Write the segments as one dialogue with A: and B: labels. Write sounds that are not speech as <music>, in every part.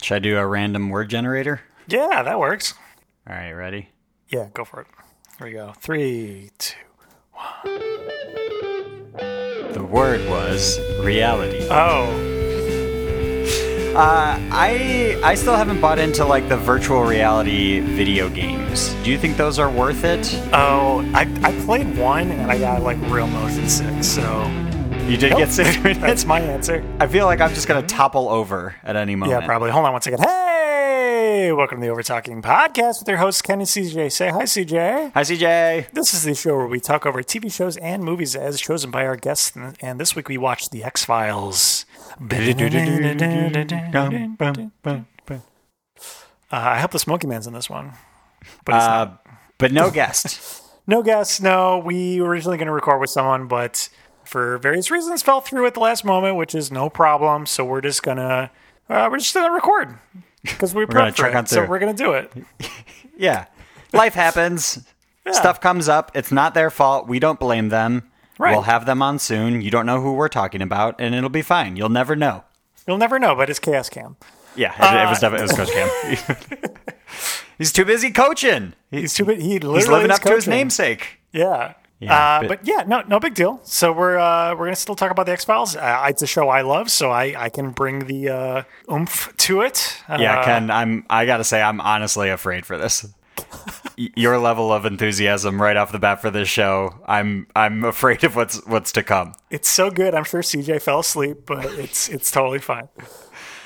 A: Should I do a random word generator?
B: Yeah, that works.
A: All right, ready?
B: Yeah, go for it. Here we go. Three, two.
A: The word was reality.
B: Oh,
A: Uh, I I still haven't bought into like the virtual reality video games. Do you think those are worth it?
B: oh, I, I played one and I got like real motion sick, so
A: You did get sick.
B: that's my answer.
A: <laughs> I feel like I'm just gonna topple over at any moment.
B: Yeah, probably. Hold on one second. Hey, welcome to the Over Talking Podcast with your hosts, Ken and CJ. Say hi, CJ.
A: Hi, CJ.
B: This is the show where we talk over TV shows and movies as chosen by our guests, and- and this week we watched The X Files. Uh, I hope the Smoky Man's in this one, but he's
A: Uh,
B: not.
A: but no
B: <laughs>
A: guest.
B: No guess. No, we were originally going to record with someone, but for various reasons fell through at the last moment, which is no problem. So we're just gonna uh, we're just gonna record because we
A: gonna
B: prepped for
A: check on
B: it. So
A: through.
B: we're gonna do it.
A: yeah, life happens. Stuff comes up. It's not their fault. We don't blame them.
B: Right.
A: We'll have them on soon. You don't know who we're talking about, and it'll be fine. You'll never know.
B: You'll never know, but it's chaos cam.
A: Yeah, it, it was
B: Uh,
A: definitely it was Coach Cam.
B: <laughs>
A: <laughs> He's too busy coaching.
B: He's too. He literally
A: He's living
B: is
A: up to his
B: coaching.
A: namesake.
B: Yeah.
A: Yeah,
B: uh,
A: but-
B: but, yeah, no, no big deal. So we're uh, we're gonna still talk about the X Files. Uh, it's a show I love, so I, I can bring the uh, oomph to it. Uh,
A: Yeah, Ken, I'm. I gotta say, I'm honestly afraid for
B: <laughs>
A: this. Y- Your level of enthusiasm right off the bat for this show, I'm. I'm afraid of what's what's to come.
B: it's so good. I'm sure CJ fell asleep, but it's it's totally fine.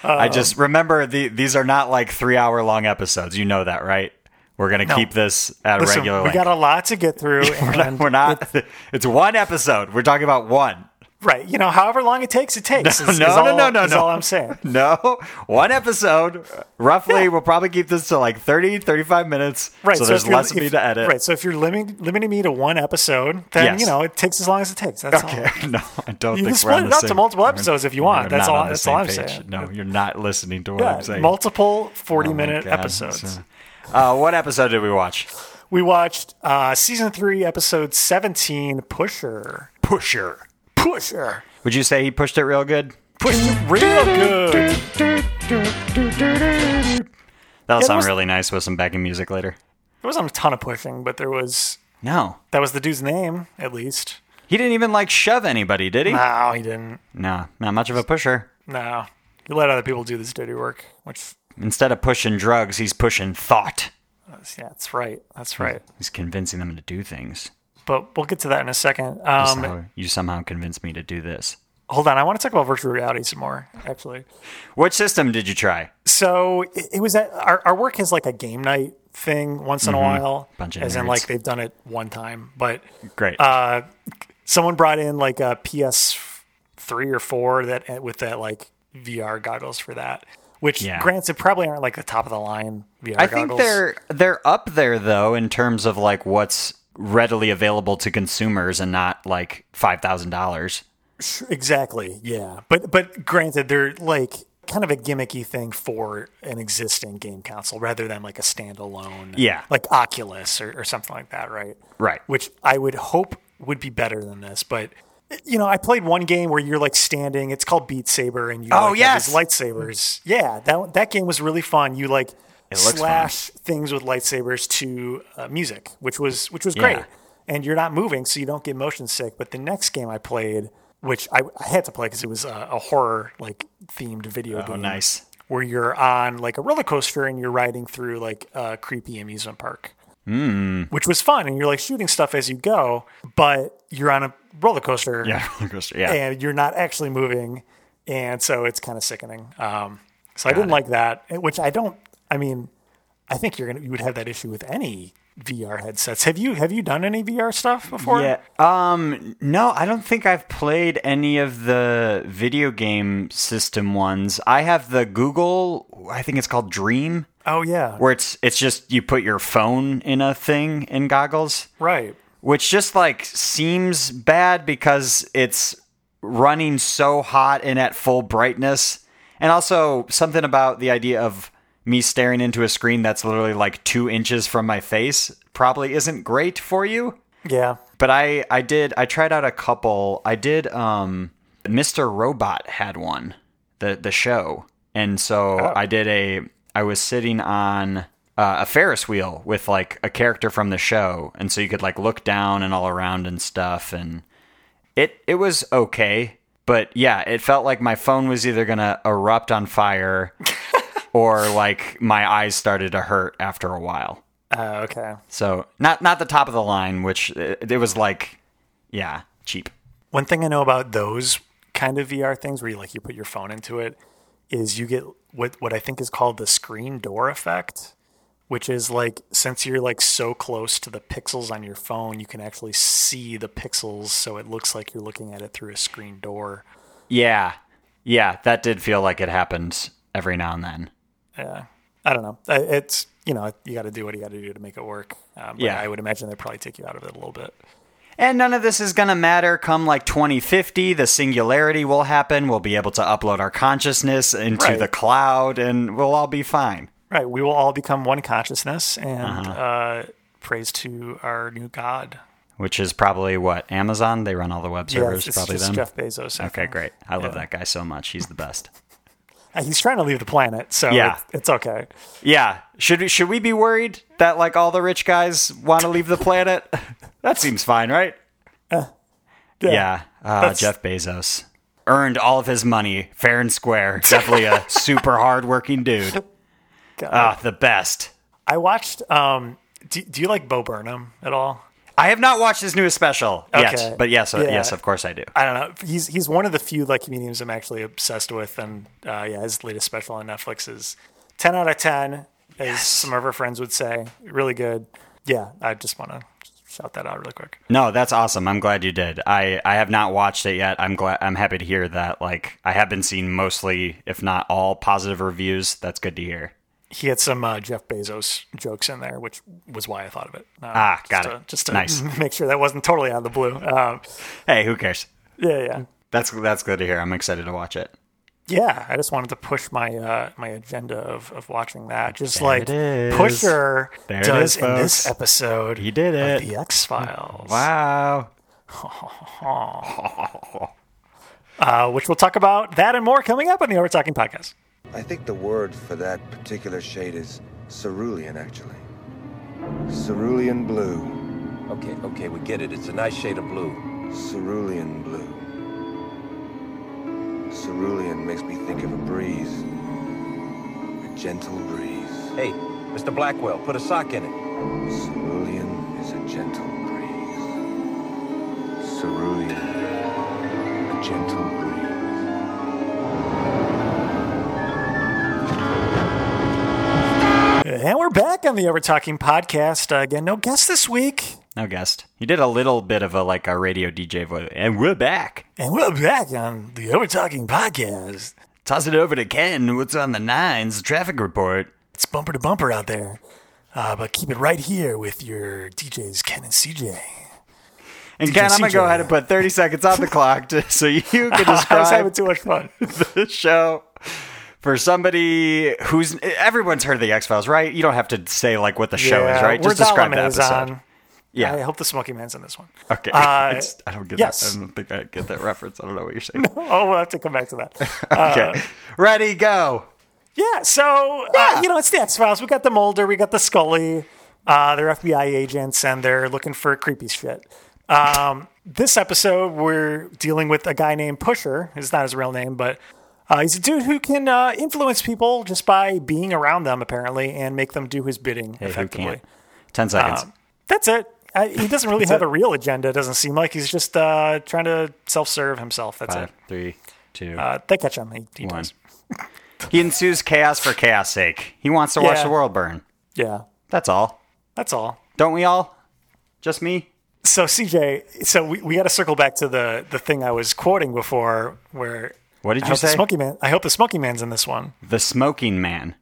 A: I just remember the, these are not like three hour long episodes. You know that, right? We're gonna keep this at a
B: Listen,
A: regular.
B: we
A: length.
B: got a lot to get through,
A: <laughs> we're not.
B: and-
A: We're not <laughs> it's one episode. We're talking about one.
B: right? You know, however long it takes, it takes. is,
A: no,
B: is
A: no,
B: all,
A: no, no,
B: is
A: no.
B: all I'm saying.
A: <laughs> No, one episode. Roughly, we'll probably keep this to like 30, 35 minutes.
B: Right.
A: So, there's
B: if you're-
A: less of
B: if-
A: me to edit.
B: Right. So if you're limiting limiting me to one episode, then
A: Yes.
B: you know it takes as long as it takes.
A: <laughs>
B: That's all.
A: <laughs> Okay. No, I don't
B: You
A: think
B: can
A: we're on
B: split
A: the
B: it up to
A: same-
B: multiple
A: we're-
B: episodes if you
A: we're
B: want. That's
A: not
B: all-
A: on the
B: that's all
A: same
B: I'm saying.
A: No, you're not listening to what I'm
B: Yeah,
A: saying.
B: multiple 40
A: Oh my
B: minute
A: God,
B: episodes.
A: so- Uh, what episode did we watch?
B: We watched uh, season three, episode 17, Pusher.
A: Pusher.
B: Pusher.
A: Would you say he pushed it real good?
B: Pushed it real good.
A: That'll sound
B: was-
A: really nice with some backing music later.
B: There wasn't a ton of pushing, but there was,
A: No,
B: that was the dude's name, at least.
A: he didn't even like shove anybody, did he?
B: No, he didn't.
A: No, not much of a pusher.
B: No. He let other people do this dirty work, which,
A: Instead of pushing drugs, he's pushing thought.
B: yeah, that's right.
A: Hmm.
B: That's right.
A: He's convincing them to do things.
B: But we'll get to that in a second. Um,
A: Somehow- you somehow convinced me to do this.
B: hold on. I want to talk about virtual reality some more, actually.
A: What system did you try?
B: So it, it was at our, our work has like a game night thing once in a while,
A: Mm-hmm. Bunch of
B: as in
A: nerds.
B: like they've done it one time. But
A: Great.
B: uh, someone brought in like a PS three or four that eh, with that like VR goggles for that. Which
A: Yeah.
B: grants it probably aren't like the top of the line VR
A: I
B: goggles.
A: think they're they're up there though in terms of like what's readily available to consumers and not like five thousand dollars.
B: exactly yeah, but but granted they're like kind of a gimmicky thing for an existing game console rather than like a standalone
A: Yeah.
B: like Oculus or, or something like that, right?
A: Right.
B: which I would hope would be better than this. But you know, I played one game where you're like standing. It's called Beat Saber, and you
A: Oh,
B: like, have
A: yes!
B: these lightsabers. Yeah, that that game was really fun. You like
A: looks
B: slash things with lightsabers to uh, music, which was which was great.
A: Yeah.
B: And you're not moving, so you don't get motion sick. But the next game I played, which I, I had to play because it was a, a horror like themed video game
A: Oh, Nice.
B: where you're on like a roller coaster and you're riding through like a creepy amusement park, mm. which was fun. And you're like shooting stuff as you go, but you're on a roller coaster
A: <laughs> Yeah. <laughs> roller coaster, yeah.
B: and you're not actually moving. And so it's kind of sickening. Um, so I didn't like that, and- which I don't, I mean, I think you're going to, you would have that issue with any VR headsets. Have you, have you done any VR stuff before?
A: Yeah. Um. No, I don't think I've played any of the video game system ones. I have the Google. I think it's called Dream,
B: Oh yeah.
A: where it's it's just you put your phone in a thing in goggles.
B: right.
A: which just like seems bad because it's running so hot and at full brightness. And also something about the idea of me staring into a screen that's literally like two inches from my face probably isn't great for you.
B: Yeah.
A: But I, I did I tried out a couple. I did um Mr. Robot had one, the the show. And so I did a, I was sitting on uh, a Ferris wheel with like a character from the show. And so you could like look down and all around and stuff. And it, it was okay. But yeah, it felt like my phone was either going to erupt on fire or like my eyes started to hurt after a while.
B: Oh, okay.
A: So not, not the top of the line, which uh, it, it was like, yeah, cheap.
B: One thing I know about those kind of VR things where you like you put your phone into it is you get what what I think is called the screen door effect, which is like since you're like so close to the pixels on your phone, you can actually see the pixels so it looks like you're looking at it through a screen door.
A: Yeah. Yeah, that did feel like it happened every now and then.
B: Yeah. I don't know. I- It's you know, you got to do what you got to do to make it work. Um, but
A: Yeah.
B: I would imagine they probably take you out of it a little bit.
A: And none of this is going to matter come like 2050. The singularity will happen. We'll be able to upload our consciousness into
B: Right.
A: the cloud and we'll all be fine.
B: Right. We will all become one consciousness and uh praise to our new God.
A: Which is probably what? Amazon? They run all the web
B: Yeah,
A: servers,
B: it's
A: probably
B: just
A: them.
B: Jeff Bezos. I
A: okay,
B: think.
A: great. I love that guy so much. He's the best.
B: Uh, He's trying to leave the planet, so
A: Yeah.
B: it's, it's okay.
A: yeah. Should we, should we be worried that like all the rich guys want to leave the planet? <laughs> that seems fine, right? Yeah. Uh,
B: Uh, That's-
A: Jeff Bezos earned all of his money fair and
B: <laughs>
A: square. Definitely a super hardworking dude.
B: God.
A: Ah, the best.
B: I watched. Um, do, do you like Bo Burnham at all?
A: I have not watched his newest special
B: Okay.
A: yet, but yes, uh,
B: Yeah.
A: yes, of course I do.
B: I don't know. He's he's one of the few like comedians I'm actually obsessed with, and uh, yeah, his latest special on Netflix is ten out of ten, as some of our friends would say. Really good. Yeah, I just want to shout that out really quick.
A: No, that's awesome. I'm glad you did. I, I have not watched it yet. I'm glad. I'm happy to hear that. Like I have been seeing mostly, if not all, positive reviews. That's good to hear.
B: He had some uh, Jeff Bezos jokes in there, which was why I thought of it. Uh,
A: Ah, got
B: just
A: it.
B: To, just to
A: Nice.
B: <laughs> make sure that wasn't totally out of the blue. Um,
A: Hey, who cares?
B: yeah, yeah.
A: That's that's good to hear. I'm excited to watch it.
B: Yeah, I just wanted to push my uh, my agenda of, of watching that. Just like
A: it is.
B: Pusher
A: There it
B: does
A: is,
B: in this
A: folks.
B: episode.
A: He did
B: of
A: it.
B: The X Files.
A: Wow.
B: Uh, which we'll talk about that and more coming up on the Over Talking podcast.
C: I think the word for that particular shade is cerulean, actually. Cerulean blue.
D: Okay, okay, we get it. It's a nice shade of blue.
C: Cerulean blue. Cerulean makes me think of a breeze. A gentle breeze.
D: Hey, Mr. Blackwell, put a sock in it.
C: Cerulean is a gentle breeze. Cerulean. A gentle breeze.
B: And we're back on the Over Talking podcast. Uh, again, no guest this week.
A: No guest. He did a little bit of a like a radio DJ voice, and we're back.
B: And we're back on the Over Talking podcast.
A: Toss it over to Ken. What's on the nines? Traffic report.
B: It's bumper to bumper out there. Uh, but keep it right here with your DJs, Ken and CJ.
A: And Ken, I'm gonna go
B: CJ.
A: ahead and put 30 seconds on the clock to, so
B: <laughs>
A: you can
B: I was having
A: describe
B: too much fun.
A: the show for somebody who's everyone's heard of the X Files, right? You don't have to say like what the show is,
B: Yeah,
A: right? Just
B: Word
A: describe the
B: Element is
A: episode.
B: on.
A: Yeah.
B: I hope the Smoky Man's in this one.
A: okay. <laughs>
B: Uh,
A: It's- I don't get
B: yes.
A: that. I don't think I get that reference. I don't know what you're saying.
B: <laughs> Oh, we'll have to come back to that.
A: <laughs> okay. Ready, go.
B: yeah, so Uh,
A: Yeah.
B: you know, it's the X Files. We got the Mulder, we got the Scully. Uh, they're FBI agents, and they're looking for creepy shit. Um, this episode, we're dealing with a guy named Pusher. It's not his real name, but uh, he's a dude who can uh, influence people just by being around them, apparently, and make them do his bidding
A: Hey, who
B: effectively.
A: can't? 10 seconds.
B: Um, that's it. I, he doesn't really have a real agenda. It doesn't seem like he's just uh, trying to self-serve himself. That's
A: Five,
B: it.
A: three, two,
B: Uh, they catch him. He, he
A: one.
B: does.
A: <laughs> He ensues chaos for chaos' sake. He wants to watch
B: Yeah.
A: the world burn.
B: Yeah,
A: That's all.
B: that's all.
A: Don't we all? Just me?
B: So CJ, so we, we got to circle back to the the thing I was quoting before, where
A: What did
B: I
A: you
B: hope the
A: say?
B: Smoky Man. I hope the Smoky Man's in this one.
A: The smoking man.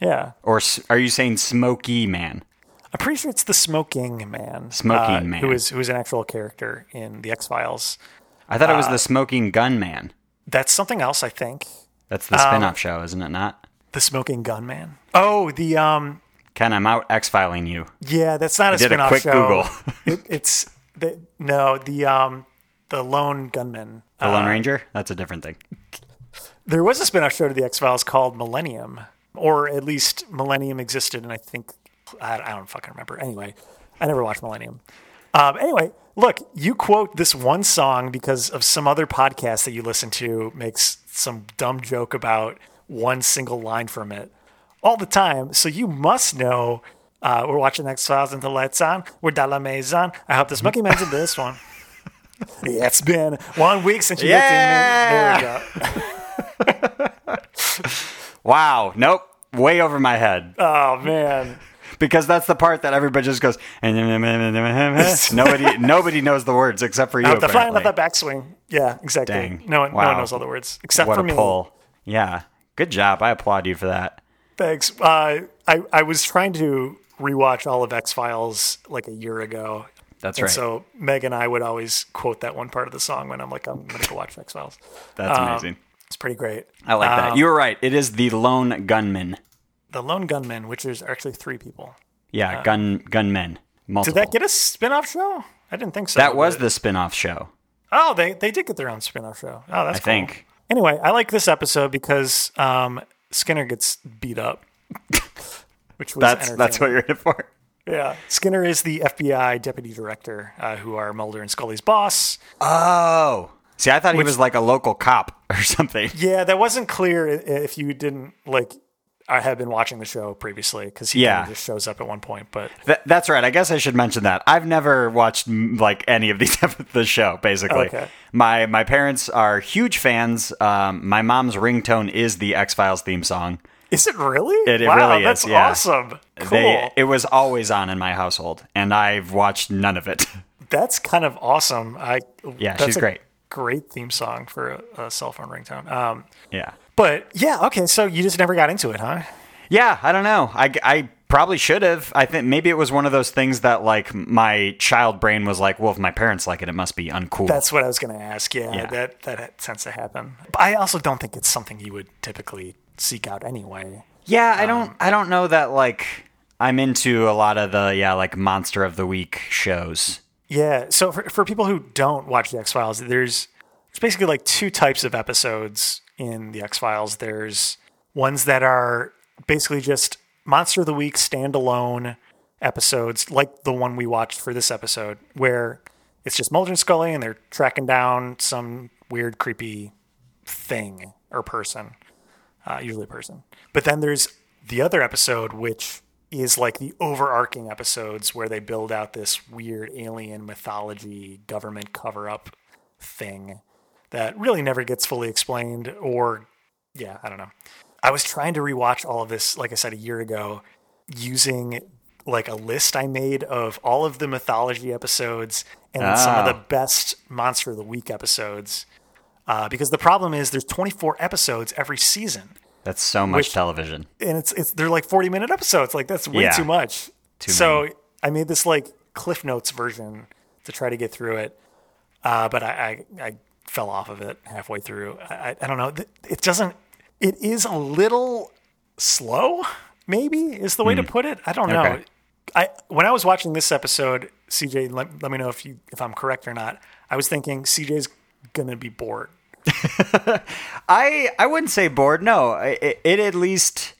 B: Yeah,
A: Or s- are you saying smoky man?
B: I'm pretty sure it's the Smoking Man.
A: Smoking
B: uh,
A: Man.
B: who is who is an actual character in the X Files.
A: I thought it was the smoking gun man.
B: That's something else, I think.
A: That's the spin off show, isn't it not?
B: The Smoking Gunman. Oh, the um,
A: Ken, I'm out X filing you.
B: yeah, that's not a
A: did a
B: spin-off
A: quick
B: show.
A: Google.
B: <laughs>
A: <laughs>
B: it, it's the no the um the lone gunman
A: The
B: uh,
A: Lone Ranger? That's a different thing.
B: There was a spin-off show to the X Files called Millennium, or at least Millennium existed, and I think I, I don't fucking remember. Anyway, I never watched Millennium. Um, anyway, look, you quote this one song because of some other podcast that you listen to makes some dumb joke about one single line from it all the time. So you must know. Uh, we're watching X Files until lights on. We're dans la maison. I hope this monkey man's in this one. Yeah, it's been one week since you looked at me. There we go.
A: Wow. Nope. Way over my head.
B: Oh
A: <laughs>
B: man.
A: because that's the part that everybody just goes. <laughs> nobody, nobody knows the words except for you.
B: the flying
A: apparently.
B: left that backswing. Yeah, exactly.
A: Dang.
B: No one, no one
A: Wow.
B: knows all the words except
A: what
B: for
A: a
B: me.
A: pull. Yeah. Good job. I applaud you for that.
B: Thanks. Uh, I I was trying to rewatch all of X Files like a year ago.
A: That's
B: and
A: right.
B: So Meg and I would always quote that one part of the song when I'm like, I'm gonna go watch X Files.
A: That's
B: Um,
A: amazing.
B: It's pretty great.
A: I like that.
B: Um,
A: You were right. It is the lone gunman.
B: the Lone Gunman, which is actually three people.
A: Yeah, gun gunmen.
B: Did
A: Multiple.
B: that get a spin-off show? I didn't think so.
A: That was
B: but-
A: the spin-off show.
B: Oh, they they did get their own spin-off show. Oh, that's
A: I
B: cool.
A: think.
B: Anyway, I like this episode because um, Skinner gets beat up, <laughs> which was
A: That's that's what
B: entertaining.
A: you're in for.
B: yeah. Skinner is the FBI deputy director, uh, who are Mulder and Scully's boss.
A: Oh. See, I thought he was like a local cop <laughs> or something.
B: Yeah, that wasn't clear i- if you didn't like. I had been watching the show previously because he
A: Yeah.
B: kinda just shows up at one point, but
A: Th- that's right. I guess I should mention that I've never watched mm, like any of these the <laughs> show. Basically,
B: Okay.
A: my my parents are huge fans. Um, my mom's ringtone is the X Files theme song.
B: is it really?
A: It- it
B: wow,
A: really is,
B: that's
A: yeah.
B: awesome. Cool.
A: They, it was always on in my household, and I've watched none of it. <laughs>
B: that's kind of awesome. I
A: Yeah,
B: that's
A: she's
B: a
A: great.
B: Great theme song for a, a cell phone ringtone. Um,
A: yeah,
B: But yeah, okay. So you just never got into it, huh?
A: yeah. I don't know. I I probably should have. I think maybe it was one of those things that like my child brain was like, well, if my parents like it, it must be uncool.
B: That's what I was going to ask. Yeah,
A: Yeah.
B: that that tends to happen. But I also don't think it's something you would typically seek out anyway.
A: Yeah, I don't I don't know that like I'm into a lot of the yeah, like monster of the week shows.
B: Yeah. So for for people who don't watch the X Files, there's it's basically like two types of episodes in the X Files. There's ones that are basically just Monster of the Week standalone episodes, like the one we watched for this episode, where it's just Mulder and Scully and they're tracking down some weird, creepy thing or person, uh, usually a person. But then there's the other episode, which is like the overarching episodes where they build out this weird alien mythology government cover up thing that really never gets fully explained or, yeah, I don't know. I was trying to rewatch all of this, like I said, a year ago, using like a list I made of all of the mythology episodes and then some of
A: Ah.
B: the best Monster of the Week episodes. Uh, because the problem is there's 24 episodes every season,
A: That's so much
B: Which-
A: television.
B: and it's it's they're like 40 minute episodes. Like that's way
A: Yeah.
B: too much. so I made this like Cliff Notes version to try to get through it, uh, but I, I I fell off of it halfway through. I, I- I don't know. Th- It doesn't. It is a little slow. Maybe is the way to put it. I don't know.
A: Hmm. Okay.
B: I when I was watching this episode, CJ, let, let me know if you if I'm correct or not. I was thinking CJ's gonna be bored.
A: I I wouldn't say bored. No, I- it, it at least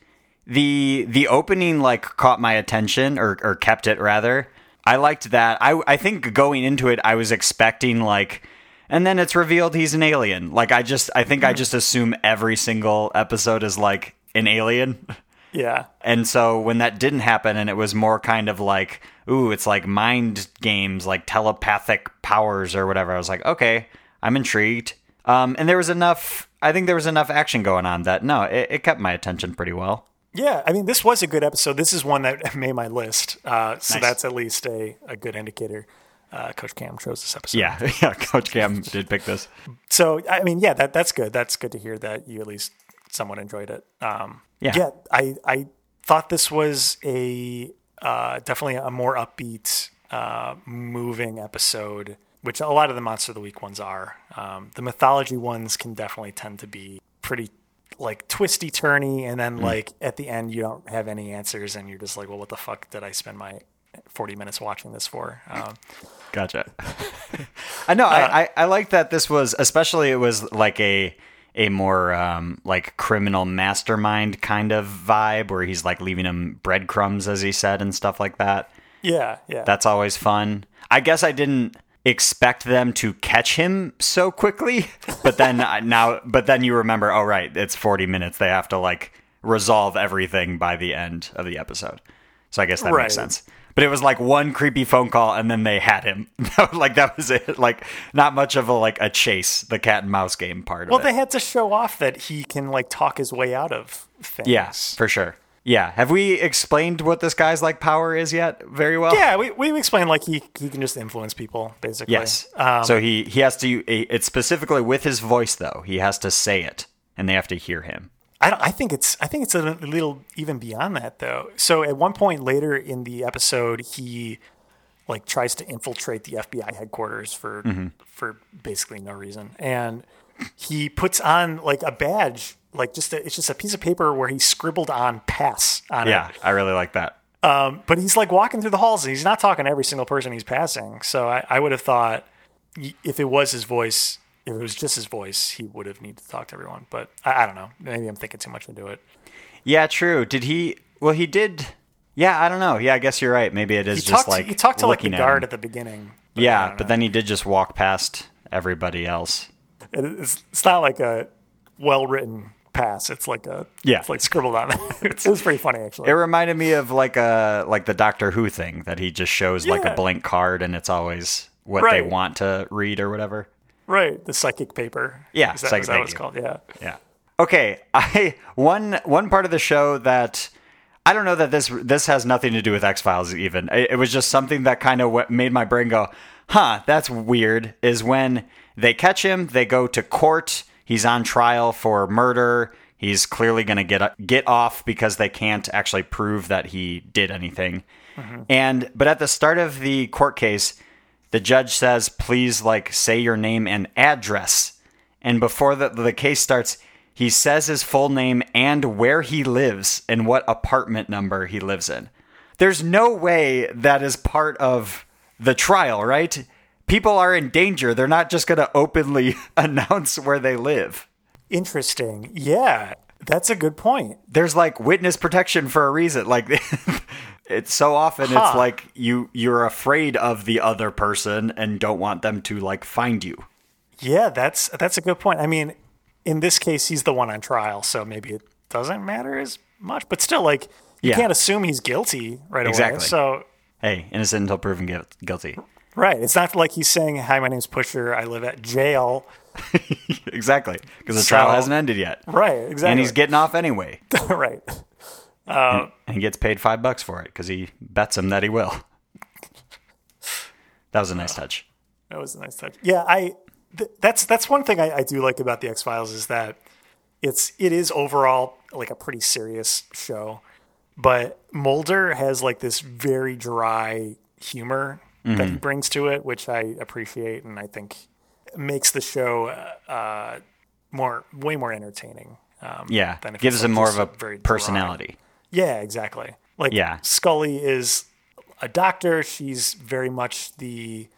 A: the the opening like caught my attention or or kept it rather. I liked that. I I think going into it, I was expecting like, and then it's revealed he's an alien. Like I just I think I just assume every single episode is like an alien. <laughs>
B: Yeah.
A: And so when that didn't happen and it was more kind of like, ooh, it's like mind games, like telepathic powers or whatever, I was like, okay, I'm intrigued. Um, and there was enough, I think there was enough action going on that no, it, it kept my attention pretty well. <laughs>
B: Yeah, I mean, this was a good episode. This is one that <laughs> made my list, uh, so
A: Nice.
B: that's at least a, a good indicator. Uh, Coach Cam chose this episode.
A: Yeah, yeah, Coach Cam did pick this.
B: So I mean, yeah, that that's good. That's good to hear that you at least somewhat enjoyed it. Um,
A: Yeah.
B: I I thought this was a uh, definitely a more upbeat, uh, moving episode, which a lot of the Monster of the Week ones are. Um, the mythology ones can definitely tend to be pretty like twisty turny, and then like at the end you don't have any answers, and you're just like, well, what the fuck did I spend my 40 minutes watching this for? Um,
A: <laughs> Gotcha. I know. I, I I like that this was especially it was like a a more um, like criminal mastermind kind of vibe where he's like leaving him breadcrumbs, as he said, and stuff like that.
B: Yeah, yeah.
A: That's always fun. I guess I didn't expect them to catch him so quickly, <laughs> but then I- now, but then you remember, oh right, it's forty minutes. They have to like resolve everything by the end of the episode. So I guess that
B: Right.
A: makes sense. But it was like one creepy phone call, and then they had him. <laughs> like that was it. Like not much of a like a chase, the cat and mouse game part.
B: well,
A: of it.
B: they had to show off that he can like talk his way out of things.
A: Yeah, for sure. Yeah. Have we explained what this guy's like power is yet very well?
B: Yeah, we we explained like he he can just influence people basically.
A: Yes.
B: Um,
A: so he he has to. It's specifically with his voice though. He has to say it, and they have to hear him.
B: I don't, I think it's I think it's a little even beyond that though. So at one point later in the episode, he like tries to infiltrate the FBI headquarters for
A: Mm-hmm.
B: for basically no reason, and he puts on like a badge, like just a, it's just a piece of paper where he scribbled on pass on it.
A: Yeah, I really like that.
B: But he's like walking through the halls and he's not talking to every single person he's passing. So I, I would have thought y- if it was his voice, if it was just his voice, he would have needed to talk to everyone. But I, I don't know. Maybe I'm thinking too much into it.
A: Yeah, true. Did he? Well, he did. Yeah, I don't know. Yeah, I guess you're right. Maybe it is
B: He
A: just
B: talked,
A: like
B: he talked to like the
A: looking at
B: guard
A: him.
B: at, the beginning. I
A: yeah,
B: don't
A: but then he did just walk past everybody else.
B: know. It- it's, it's not like a well written pass. It's like a
A: Yeah.
B: it's like scribbled on. it <laughs> was pretty funny actually.
A: It reminded me of like a like the Doctor Who thing that he just shows like
B: Yeah.
A: a blank card and it's always what they
B: Right.
A: want to read or whatever.
B: right, the psychic paper.
A: Yeah,
B: is that,
A: psychic-
B: is that what it's
A: thank
B: called? Yeah,
A: Yeah. Okay, I one one part of the show that I don't know that this this has nothing to do with X Files even. It, it was just something that kind of what made my brain go, "Huh, that's weird." Is when they catch him, they go to court. He's on trial for murder. He's clearly going to get get off because they can't actually prove that he did anything. And but at the start of the court case, the judge says, "Please, like, say your name and address." And before the the case starts, he says his full name and where he lives and what apartment number he lives in. There's no way that is part of the trial, right? People are in danger. They're not just going to openly <laughs> announce where they live.
B: interesting. Yeah, that's a good point.
A: There's like witness protection for a reason. Like <laughs> it's so often
B: Huh.
A: it's like you you're afraid of the other person and don't want them to like find you.
B: Yeah, that's that's a good point. I mean, in this case, he's the one on trial, so maybe it doesn't matter as much. But still, like you
A: Yeah.
B: can't assume he's guilty right
A: Exactly.
B: away. So
A: Hey, innocent until proven guil-
B: <laughs>
A: guilty.
B: right, it's not like he's saying, "Hi, my name's Pusher. I live at jail."
A: Exactly, because the
B: So-
A: trial hasn't ended yet,
B: Right, exactly.
A: and he's getting off anyway,
B: <laughs> right.
A: and he gets paid five bucks for it because he bets him that he will. That was a nice touch.
B: That was a nice touch. Yeah, I th- that's that's one thing I, I do like about the X Files is that it's it is overall like a pretty serious show, but Mulder has like this very dry humor that he brings to it, which I appreciate and I think makes the show uh, uh, more way more entertaining. Um,
A: Yeah,
B: than if
A: gives
B: it's,
A: him
B: like,
A: more
B: just
A: of a
B: very dry-
A: personality.
B: yeah, exactly. Like
A: Yeah.
B: Scully is a doctor. She's very much the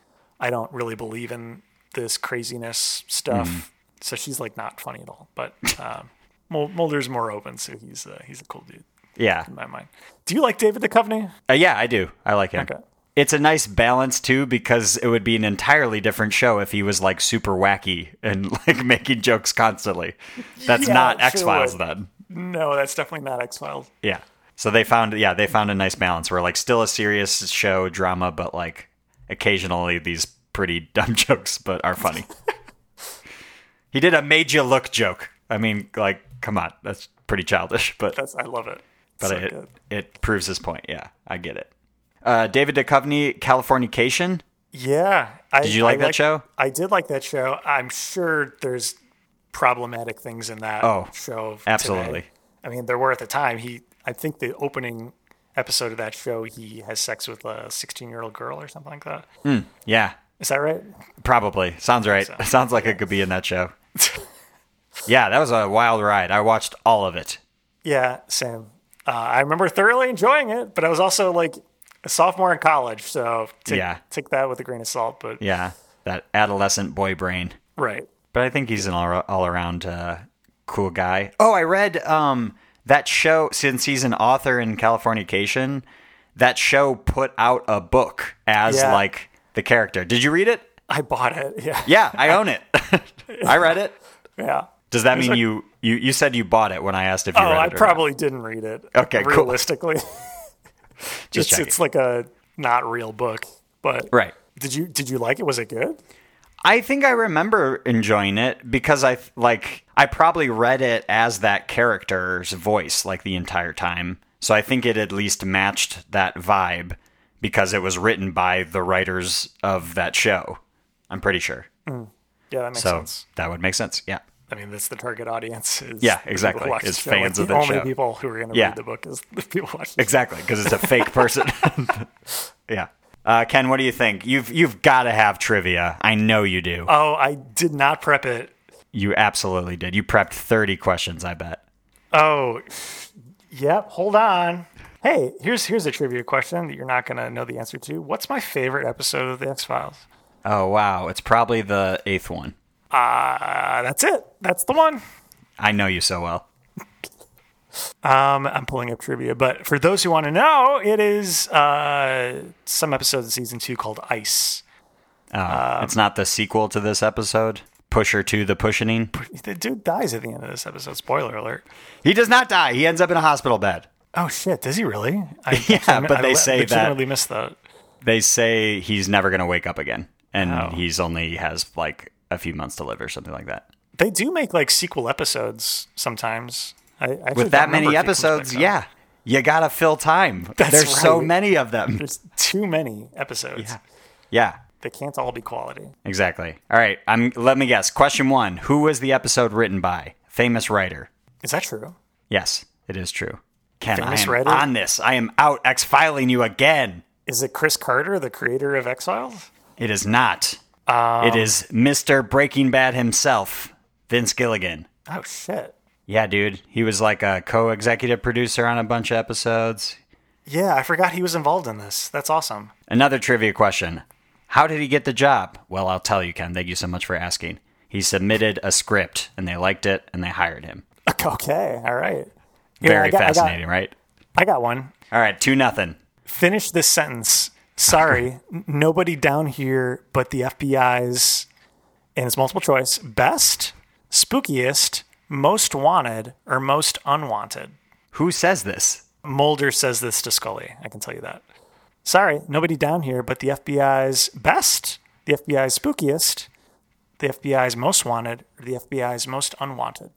B: I don't really believe in this craziness stuff.
A: Mm-hmm.
B: So she's like not funny at all. But um, <laughs> Mul- Mulder's more open, so he's uh, he's a cool dude
A: Yeah,
B: in my mind. Do you like David Duchovny?
A: Uh, yeah, I do. I like him.
B: Okay.
A: It's a nice balance too, because it would be an entirely different show if he was like super wacky and <laughs> like making jokes constantly. That's
B: Yeah,
A: not
B: it sure
A: X Files
B: would.
A: then.
B: No, that's definitely not X Files.
A: Yeah. So they found yeah, they found a nice balance where like still a serious show drama but like occasionally these pretty <laughs> dumb jokes but are funny. he did a made you look joke. I mean, like come on, that's pretty childish, but
B: That's I love it.
A: but
B: so
A: it
B: good.
A: it proves his point. Yeah, I get it. Uh, David Duchovny, Californication.
B: Yeah. I,
A: Did you like
B: I
A: that show?
B: I did like that show. I'm sure there's problematic things in that
A: Oh,
B: show. today.
A: absolutely.
B: I mean, there were at the time. He, I think the opening episode of that show, he has sex with a 16 year old girl or something like that.
A: Yeah,
B: Is that right?
A: probably sounds right. <laughs> Sounds like it could be in that show.
B: <laughs>
A: yeah, that was a wild ride. I watched all of it.
B: Yeah, Sam. Uh, I remember thoroughly enjoying it, but I was also like a sophomore in college, so take,
A: Yeah.
B: take that with a grain of salt. But
A: Yeah, that adolescent boy brain.
B: right,
A: But I think he's an all, all around uh, cool guy. Oh, I read um, that show, since he's an author in Californication, that show put out a book as
B: Yeah.
A: like the character. Did you read it?
B: I bought it. <laughs> Yeah.
A: Yeah, I own it. <laughs> I read it.
B: Yeah.
A: Does that
B: It's
A: mean
B: like-
A: you, you you said you bought it when I asked if you
B: Oh,
A: read it?
B: I
A: or not.
B: probably didn't read it.
A: Okay, cool. <laughs>
B: Realistically, <laughs>
A: Just
B: it's,
A: checking.
B: it's like a not real book, but
A: Right.
B: Did you did you like it? Was it good?
A: I think I remember enjoying it because I like I probably read it as that character's voice like the entire time. So I think it at least matched that vibe because it was written by the writers of that show. I'm pretty sure.
B: Yeah, that makes
A: so
B: sense.
A: that would make sense. Yeah.
B: I mean, that's the target audience. Is
A: Yeah,
B: the people who
A: exactly.
B: watch the
A: It's
B: show. Like,
A: fans
B: the
A: of that
B: only
A: show.
B: people who are going to
A: Yeah.
B: read the book is the people watching.
A: Exactly, because it's a fake <laughs> person. yeah. Uh, Ken, what do you think? You've you've got to have trivia. I know you do.
B: Oh, I did not prep it.
A: you absolutely did. You prepped 30 questions, I bet.
B: Oh, yep. Hold on. Hey, here's here's a trivia question that you're not going to know the answer to. What's my favorite episode of the X Files?
A: Oh wow, it's probably the 8th one.
B: Uh, that's it. That's the one.
A: I know you so well.
B: Um, I'm pulling up trivia, but for those who want to know, it is uh, some episode of season two called Ice.
A: it's not the sequel to this episode. Pusher to the Pushening.
B: The dude dies at the end of this episode. Spoiler alert.
A: He does not die. He ends up in a hospital bed.
B: Oh shit! Does he really?
A: <laughs>
B: I,
A: Yeah,
B: I-
A: but
B: I
A: they
B: le-
A: say that-
B: legitimately missed that.
A: They say he's never going to wake up again, and
B: Oh.
A: he's only has like a few months to live or something like that.
B: They do make like sequel episodes sometimes. I, I actually
A: With that
B: don't remember
A: many
B: if sequels
A: episodes,
B: back then.
A: yeah, you gotta fill
B: <laughs>
A: time. There's so
B: right.
A: many of
B: <laughs>
A: them.
B: There's too many episodes.
A: Yeah,
B: They can't all be quality.
A: exactly. All right, I'm. Let me guess. Question one: Who was the episode written by? Famous writer.
B: Is that true?
A: Yes, it is true. Ken, I
B: Famous
A: am
B: writer?
A: on this. I am out X filing you again.
B: Is it Chris Carter, the creator of Exiles?
A: It is not.
B: Um.
A: it is Mr. Breaking Bad himself, Vince Gilligan.
B: Oh shit!
A: Yeah, dude. He was like a co executive producer on a bunch of episodes.
B: Yeah, I forgot he was involved in this. That's awesome.
A: Another trivia question How did he get the job? Well, I'll tell you, Ken. Thank you so much for asking. He submitted a script and they liked it and they hired him.
B: <laughs> Okay, all right. Here,
A: Very
B: I got- I got-
A: fascinating, right?
B: I got one.
A: All right, 2 nothing.
B: Finish this sentence.
A: <laughs>
B: Sorry, n- nobody down here but the FBI's, and it's multiple choice best, spookiest, most wanted, or most unwanted.
A: Who says this?
B: Mulder says this to Scully. I can tell you that. Sorry, nobody down here but the FBI's best, the FBI's spookiest, the FBI's most wanted, or the FBI's most unwanted.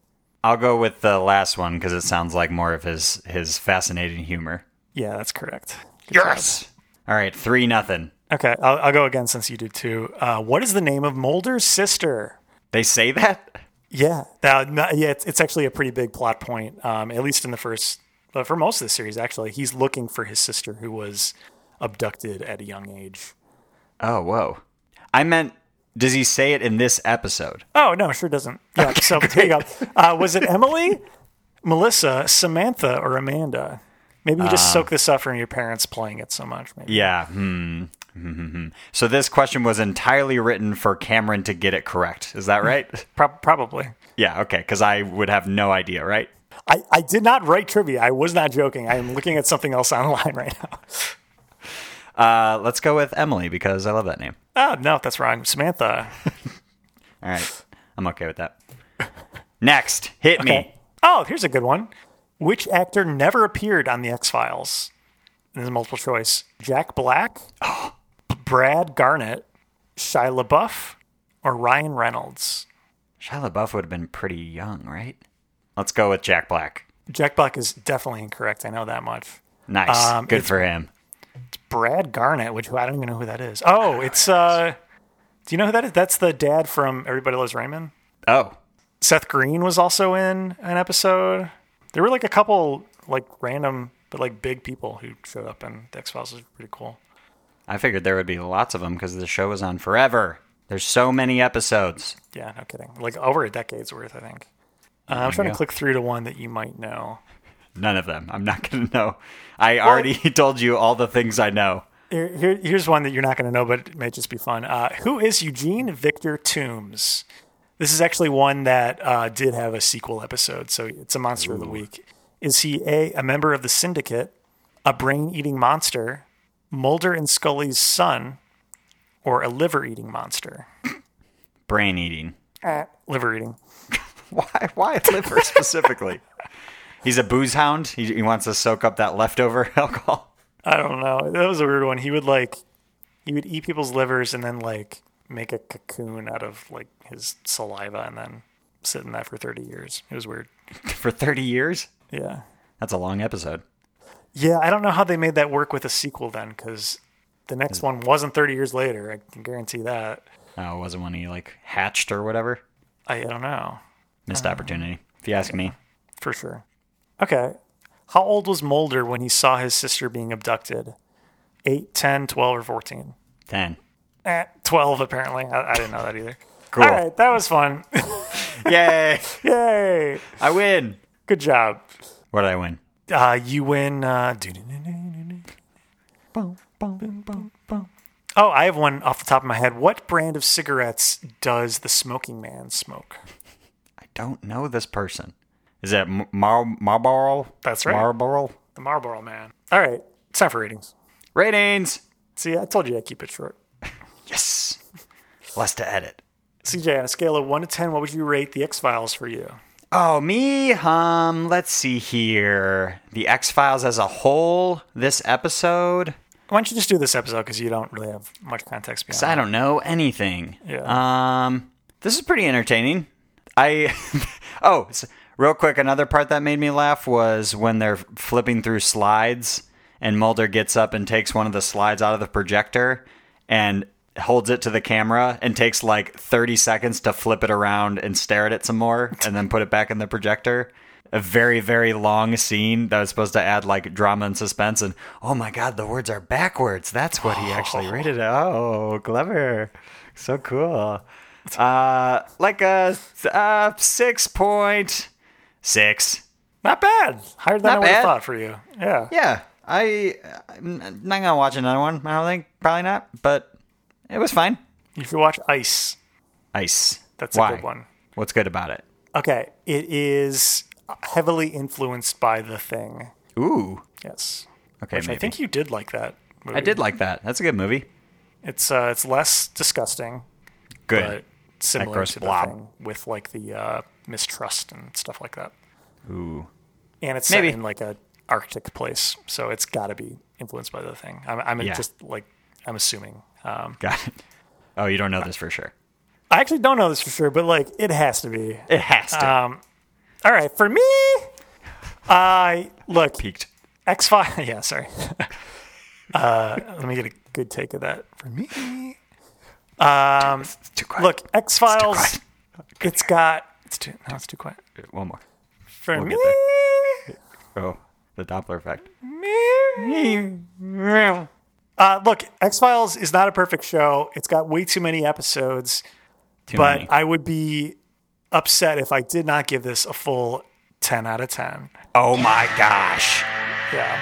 A: I'll go with the last one because it sounds like more of his his fascinating humor.
B: Yeah, that's correct. Good
A: Yes. All right, 3 nothing.
B: job. Okay, I'll, I'll go again since you did too. Uh, what is the name of Mulder's sister?
A: They say that?
B: Yeah, that, no, yeah, it's, it's actually a pretty big plot point. Um, at least in the first, but for most of the series, actually, he's looking for his sister who was abducted at a young age.
A: Oh, whoa. I meant, does he say it in this episode?
B: Oh no, sure doesn't. Yeah, so here you go. Uh, was it Emily, Melissa, Samantha, or Amanda? Maybe you just soak this up from your parents playing it so much. Maybe.
A: Yeah. Hmm. Hmm. So this question was entirely written for Cameron to get it correct. Is that <laughs> right?
B: Prob- probably.
A: yeah. Okay. Because I would have no idea, right?
B: I, I did not write trivia. I was not joking. I am looking at something else <laughs> online right now.
A: Uh, let's go with Emily because I love that name.
B: Oh no, that's wrong. Samantha.
A: All right. <laughs> I'm okay with that. Next, hit me.
B: Oh, here's a good one. Which actor never appeared on the X Files? There's multiple choice. Jack Black, <gasps> Brad Garnett, Shia LaBeouf, or Ryan Reynolds.
A: Shia LaBeouf would have been pretty young, right? Let's go with Jack Black.
B: Jack Black is definitely incorrect. I know that much.
A: Nice.
B: Um,
A: Good
B: it's-
A: for him.
B: Brad Garnett, which I don't even know who that is. Oh, it's uh Do you know who that is? That's the dad from Everybody Loves Raymond.
A: Oh,
B: Seth Green was also in an episode. There were like a couple like random but like big people who showed up and the X Files was pretty cool.
A: I figured there would be lots of them because the show is on forever. There's so many episodes.
B: Yeah, no kidding. Like over a decade's worth, I think. Uh, I'm trying to
A: go.
B: click through to one that you might know.
A: None of them. I'm not <laughs> going to know. I already <laughs> told you all the things I know.
B: Here, here, here's one that you're not going to know, but it may just be fun. Uh, who is Eugene Victor Toombs? This is actually one that uh, did have a sequel episode, so it's a monster of the week. Is he a a member of the syndicate, a brain-eating monster, Mulder and Scully's son, or a liver-eating monster?
A: Brain eating.
B: Eh, liver-eating.
A: Why? Why <laughs> liver specifically? He's a booze hound. He, he wants to soak up that leftover <laughs> alcohol.
B: I don't know. That was a weird one. He would like he would eat people's livers and then like make a cocoon out of like his saliva and then sit in that for 30 years. It was weird.
A: for 30 years?
B: Yeah.
A: That's a long episode.
B: Yeah, I don't know how they made that work with a sequel then cuz the next one wasn't 30 years later. I can guarantee that.
A: Oh, it wasn't when he like hatched or whatever.
B: I, I don't know
A: Missed opportunity, if you ask me.
B: for sure. Okay. How old was Mulder when he saw his sister being abducted? 8, 10, 12 or 14?
A: Then.
B: Eh, 12 apparently. I, I didn't know that either.
A: Cool.
B: All right, that was fun.
A: <laughs>
B: <laughs>
A: Yay!
B: Yay!
A: I win.
B: Good job.
A: What did I win?
B: Uh, you win. Uh, doo-doo-doo-doo-doo-doo. oh, I have one off the top of my head. What brand of cigarettes does the smoking man smoke?
A: I don't know this person. Is that M- Mar- Marlboro?
B: That's right.
A: Marlboro.
B: The Marlboro Man. All right, it's time for ratings.
A: Ratings.
B: See, I told you I would keep it short.
A: Yes. Less to edit.
B: CJ, on a scale of one to ten, what would you rate the X Files for you?
A: Oh, me, um, let's see here. The X Files as a whole, this episode,
B: Why don't you just do this episode because you don't really have much context behind.
A: I don't know anything.
B: Yeah.
A: Um, this is pretty entertaining. I, <laughs> oh, s real quick, another part that made me laugh was when they're flipping through slides and Mulder gets up and takes one of the slides out of the projector and holds it to the camera and takes like 30 seconds to flip it around and stare at it some more and then put it back in the projector. A very, very long scene that was supposed to add like drama and suspense. And oh my God, the words are backwards. That's what he <laughs> actually rated. it. Oh, clever. So cool. Uh, like a uh, 6.6.
B: Not bad. Higher than
A: Not
B: I would
A: bad.
B: have thought for you. Yeah.
A: Yeah, I, I'm not going to watch another one, I don't think. Probably not, but it was fine.
B: If you watch Ice,
A: Ice.
B: That's a
A: Why?
B: good one.
A: What's good about it?
B: okay, it is heavily influenced by The Thing.
A: Ooh.
B: Yes.
A: Okay,
B: Which I
A: maybe.
B: think you did like that. Movie.
A: I did like that. That's a good movie.
B: It's uh, it's less disgusting,
A: Good.
B: but similar
A: gross
B: to
A: blob.
B: the thing with like the uh, mistrust and stuff like that.
A: Ooh.
B: And it's
A: Maybe.
B: set in like a Arctic place, so it's got to be influenced by the thing. I'm, I'm
A: Yeah.
B: just like I'm assuming. Um,
A: Got it. Oh, you don't know this for sure.
B: I actually don't know this for sure, but like it has to be.
A: It has to.
B: Um, all right, for me, I look.
A: Peaked.
B: X Files. <laughs> Yeah, sorry. uh, let me get a good take of that for me. Um,
A: It's too quiet.
B: look, X Files.
A: quiet.
B: It's got. It's too. No, it's too quiet
A: Uh, One more.
B: for
A: We'll
B: me.
A: get Oh, the Doppler effect.
B: Uh, look, X Files is not a perfect show. It's got way too many episodes,
A: Too
B: but
A: many.
B: I would be upset if I did not give this a full ten out of ten.
A: oh my gosh.
B: Yeah.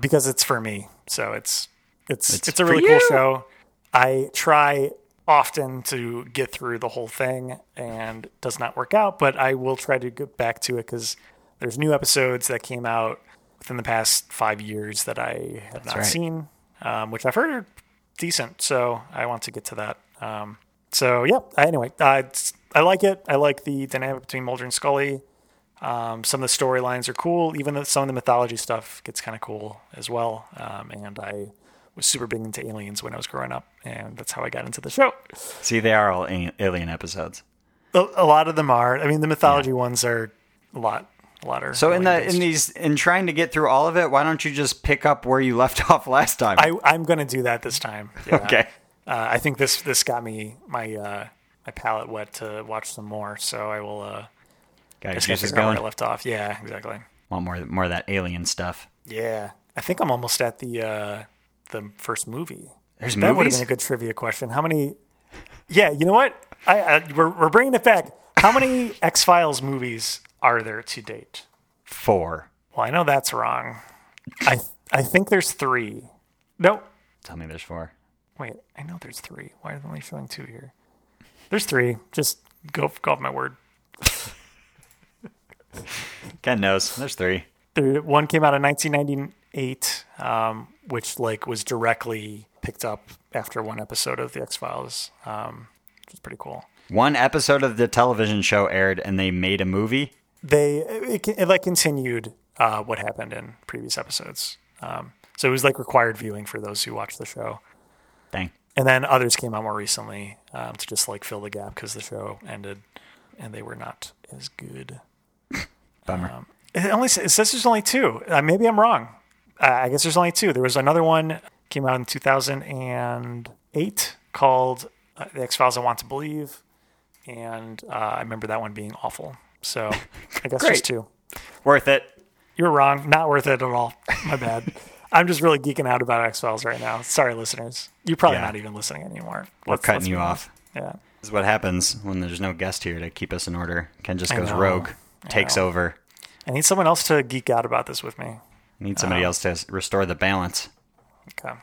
B: Because it's for me. So it's it's it's, a
A: for
B: really cool
A: you.
B: show. I try often to get through the whole thing and it does not work out, but I will try to get back to it cuz there's new episodes that came out within the past 5 years that I have not
A: right.
B: seen um, which I've heard are decent. So I want to get to that. Um, so yeah, anyway, uh, it's- I like it. I like the dynamic between Mulder and Scully. Um, some of the storylines are cool, even though some of the mythology stuff gets kind of cool as well. Um, and I was super big into aliens when I was growing up, and that's how I got into the show.
A: See, they are all a- alien episodes.
B: A, a lot of them are. I mean, the mythology ones are a lot, a lot are.
A: So in the
B: alien-based.
A: in these in trying to get through all of it, why don't you just pick up where you left <laughs> off last time?
B: I, I'm going to do that this time. Yeah.
A: okay.
B: Uh, I think this this got me my uh, my palate wet to watch some more, so I will. Uh,
A: Got your
B: just gotta
A: juices
B: figure out
A: going.
B: where I left off. Yeah, exactly.
A: Want more more of that alien stuff.
B: Yeah, I think I'm almost at the uh, the first movie.
A: There's
B: that would have
A: movies?
B: been a good trivia question. How many? Yeah, you know what? I, I we're we're bringing it back. How
A: <laughs>
B: many X Files movies are there to date?
A: Four.
B: Well, I know that's wrong. I I think there's three. Nope.
A: Tell me there's four.
B: Wait, I know there's three. Why are they only showing two here? There's three. Just go, go off my word.
A: Ken knows. There's three.
B: There, one came out in 1998, um, which like was directly picked up after one episode of the X Files, um, which is pretty cool.
A: One episode of the television show aired, and they made a movie.
B: They it, it, it like continued uh, what happened in previous episodes, um, so it was like required viewing for those who watched the show.
A: Dang.
B: And then others came out more recently um, to just like fill the gap because the show ended, and they were not as good.
A: Bummer.
B: It only sa- it says there's only two. Uh, maybe I'm wrong. Uh, I guess there's only two. There was another one came out in 2008 called uh, The X Files I Want to Believe, and uh, I remember that one being awful. So I guess there's
A: Great.
B: two.
A: Worth it.
B: You're wrong. Not worth it at all. My bad. I'm just really geeking out about X Files right now. Sorry, listeners. You're probably
A: Yeah.
B: not even listening anymore.
A: We're
B: Let's-
A: cutting
B: let's
A: you
B: move on.
A: off.
B: Yeah.
A: This is what happens when there's no guest here to keep us in order. Ken just
B: I
A: goes
B: know.
A: rogue,
B: I
A: takes
B: know.
A: over.
B: I need someone else to geek out about this with me.
A: Need somebody
B: Uh-huh.
A: else to s- restore the balance.
B: Okay.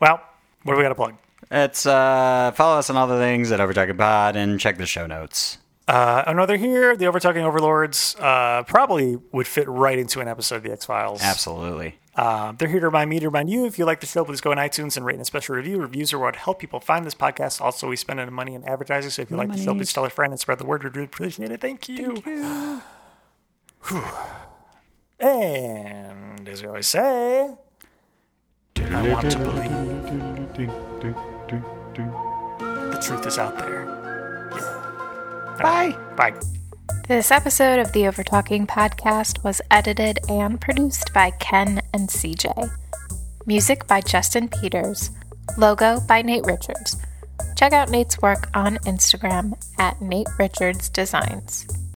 B: Well, what do we got to plug?
A: It's uh, follow us on all the things at Overtalking Pod and check the show notes.
B: Uh, another here, the Overtalking Overlords uh, probably would fit right into an episode of The X Files.
A: Absolutely.
B: Um, they're here to remind me to remind you. If you like the show, please go on iTunes and rate in a special review. Reviews are what help people find this podcast. Also, we spend any money in advertising, so if you like the show, please tell a friend and spread the word. We'd really appreciate it. Thank you. Whew. And as we always say, I want to believe the truth is out there.
A: Bye.
B: Bye.
E: This episode of the Overtalking Podcast was edited and produced by Ken and CJ. Music by Justin Peters. Logo by Nate Richards. Check out Nate's work on Instagram at Nate Richards Designs.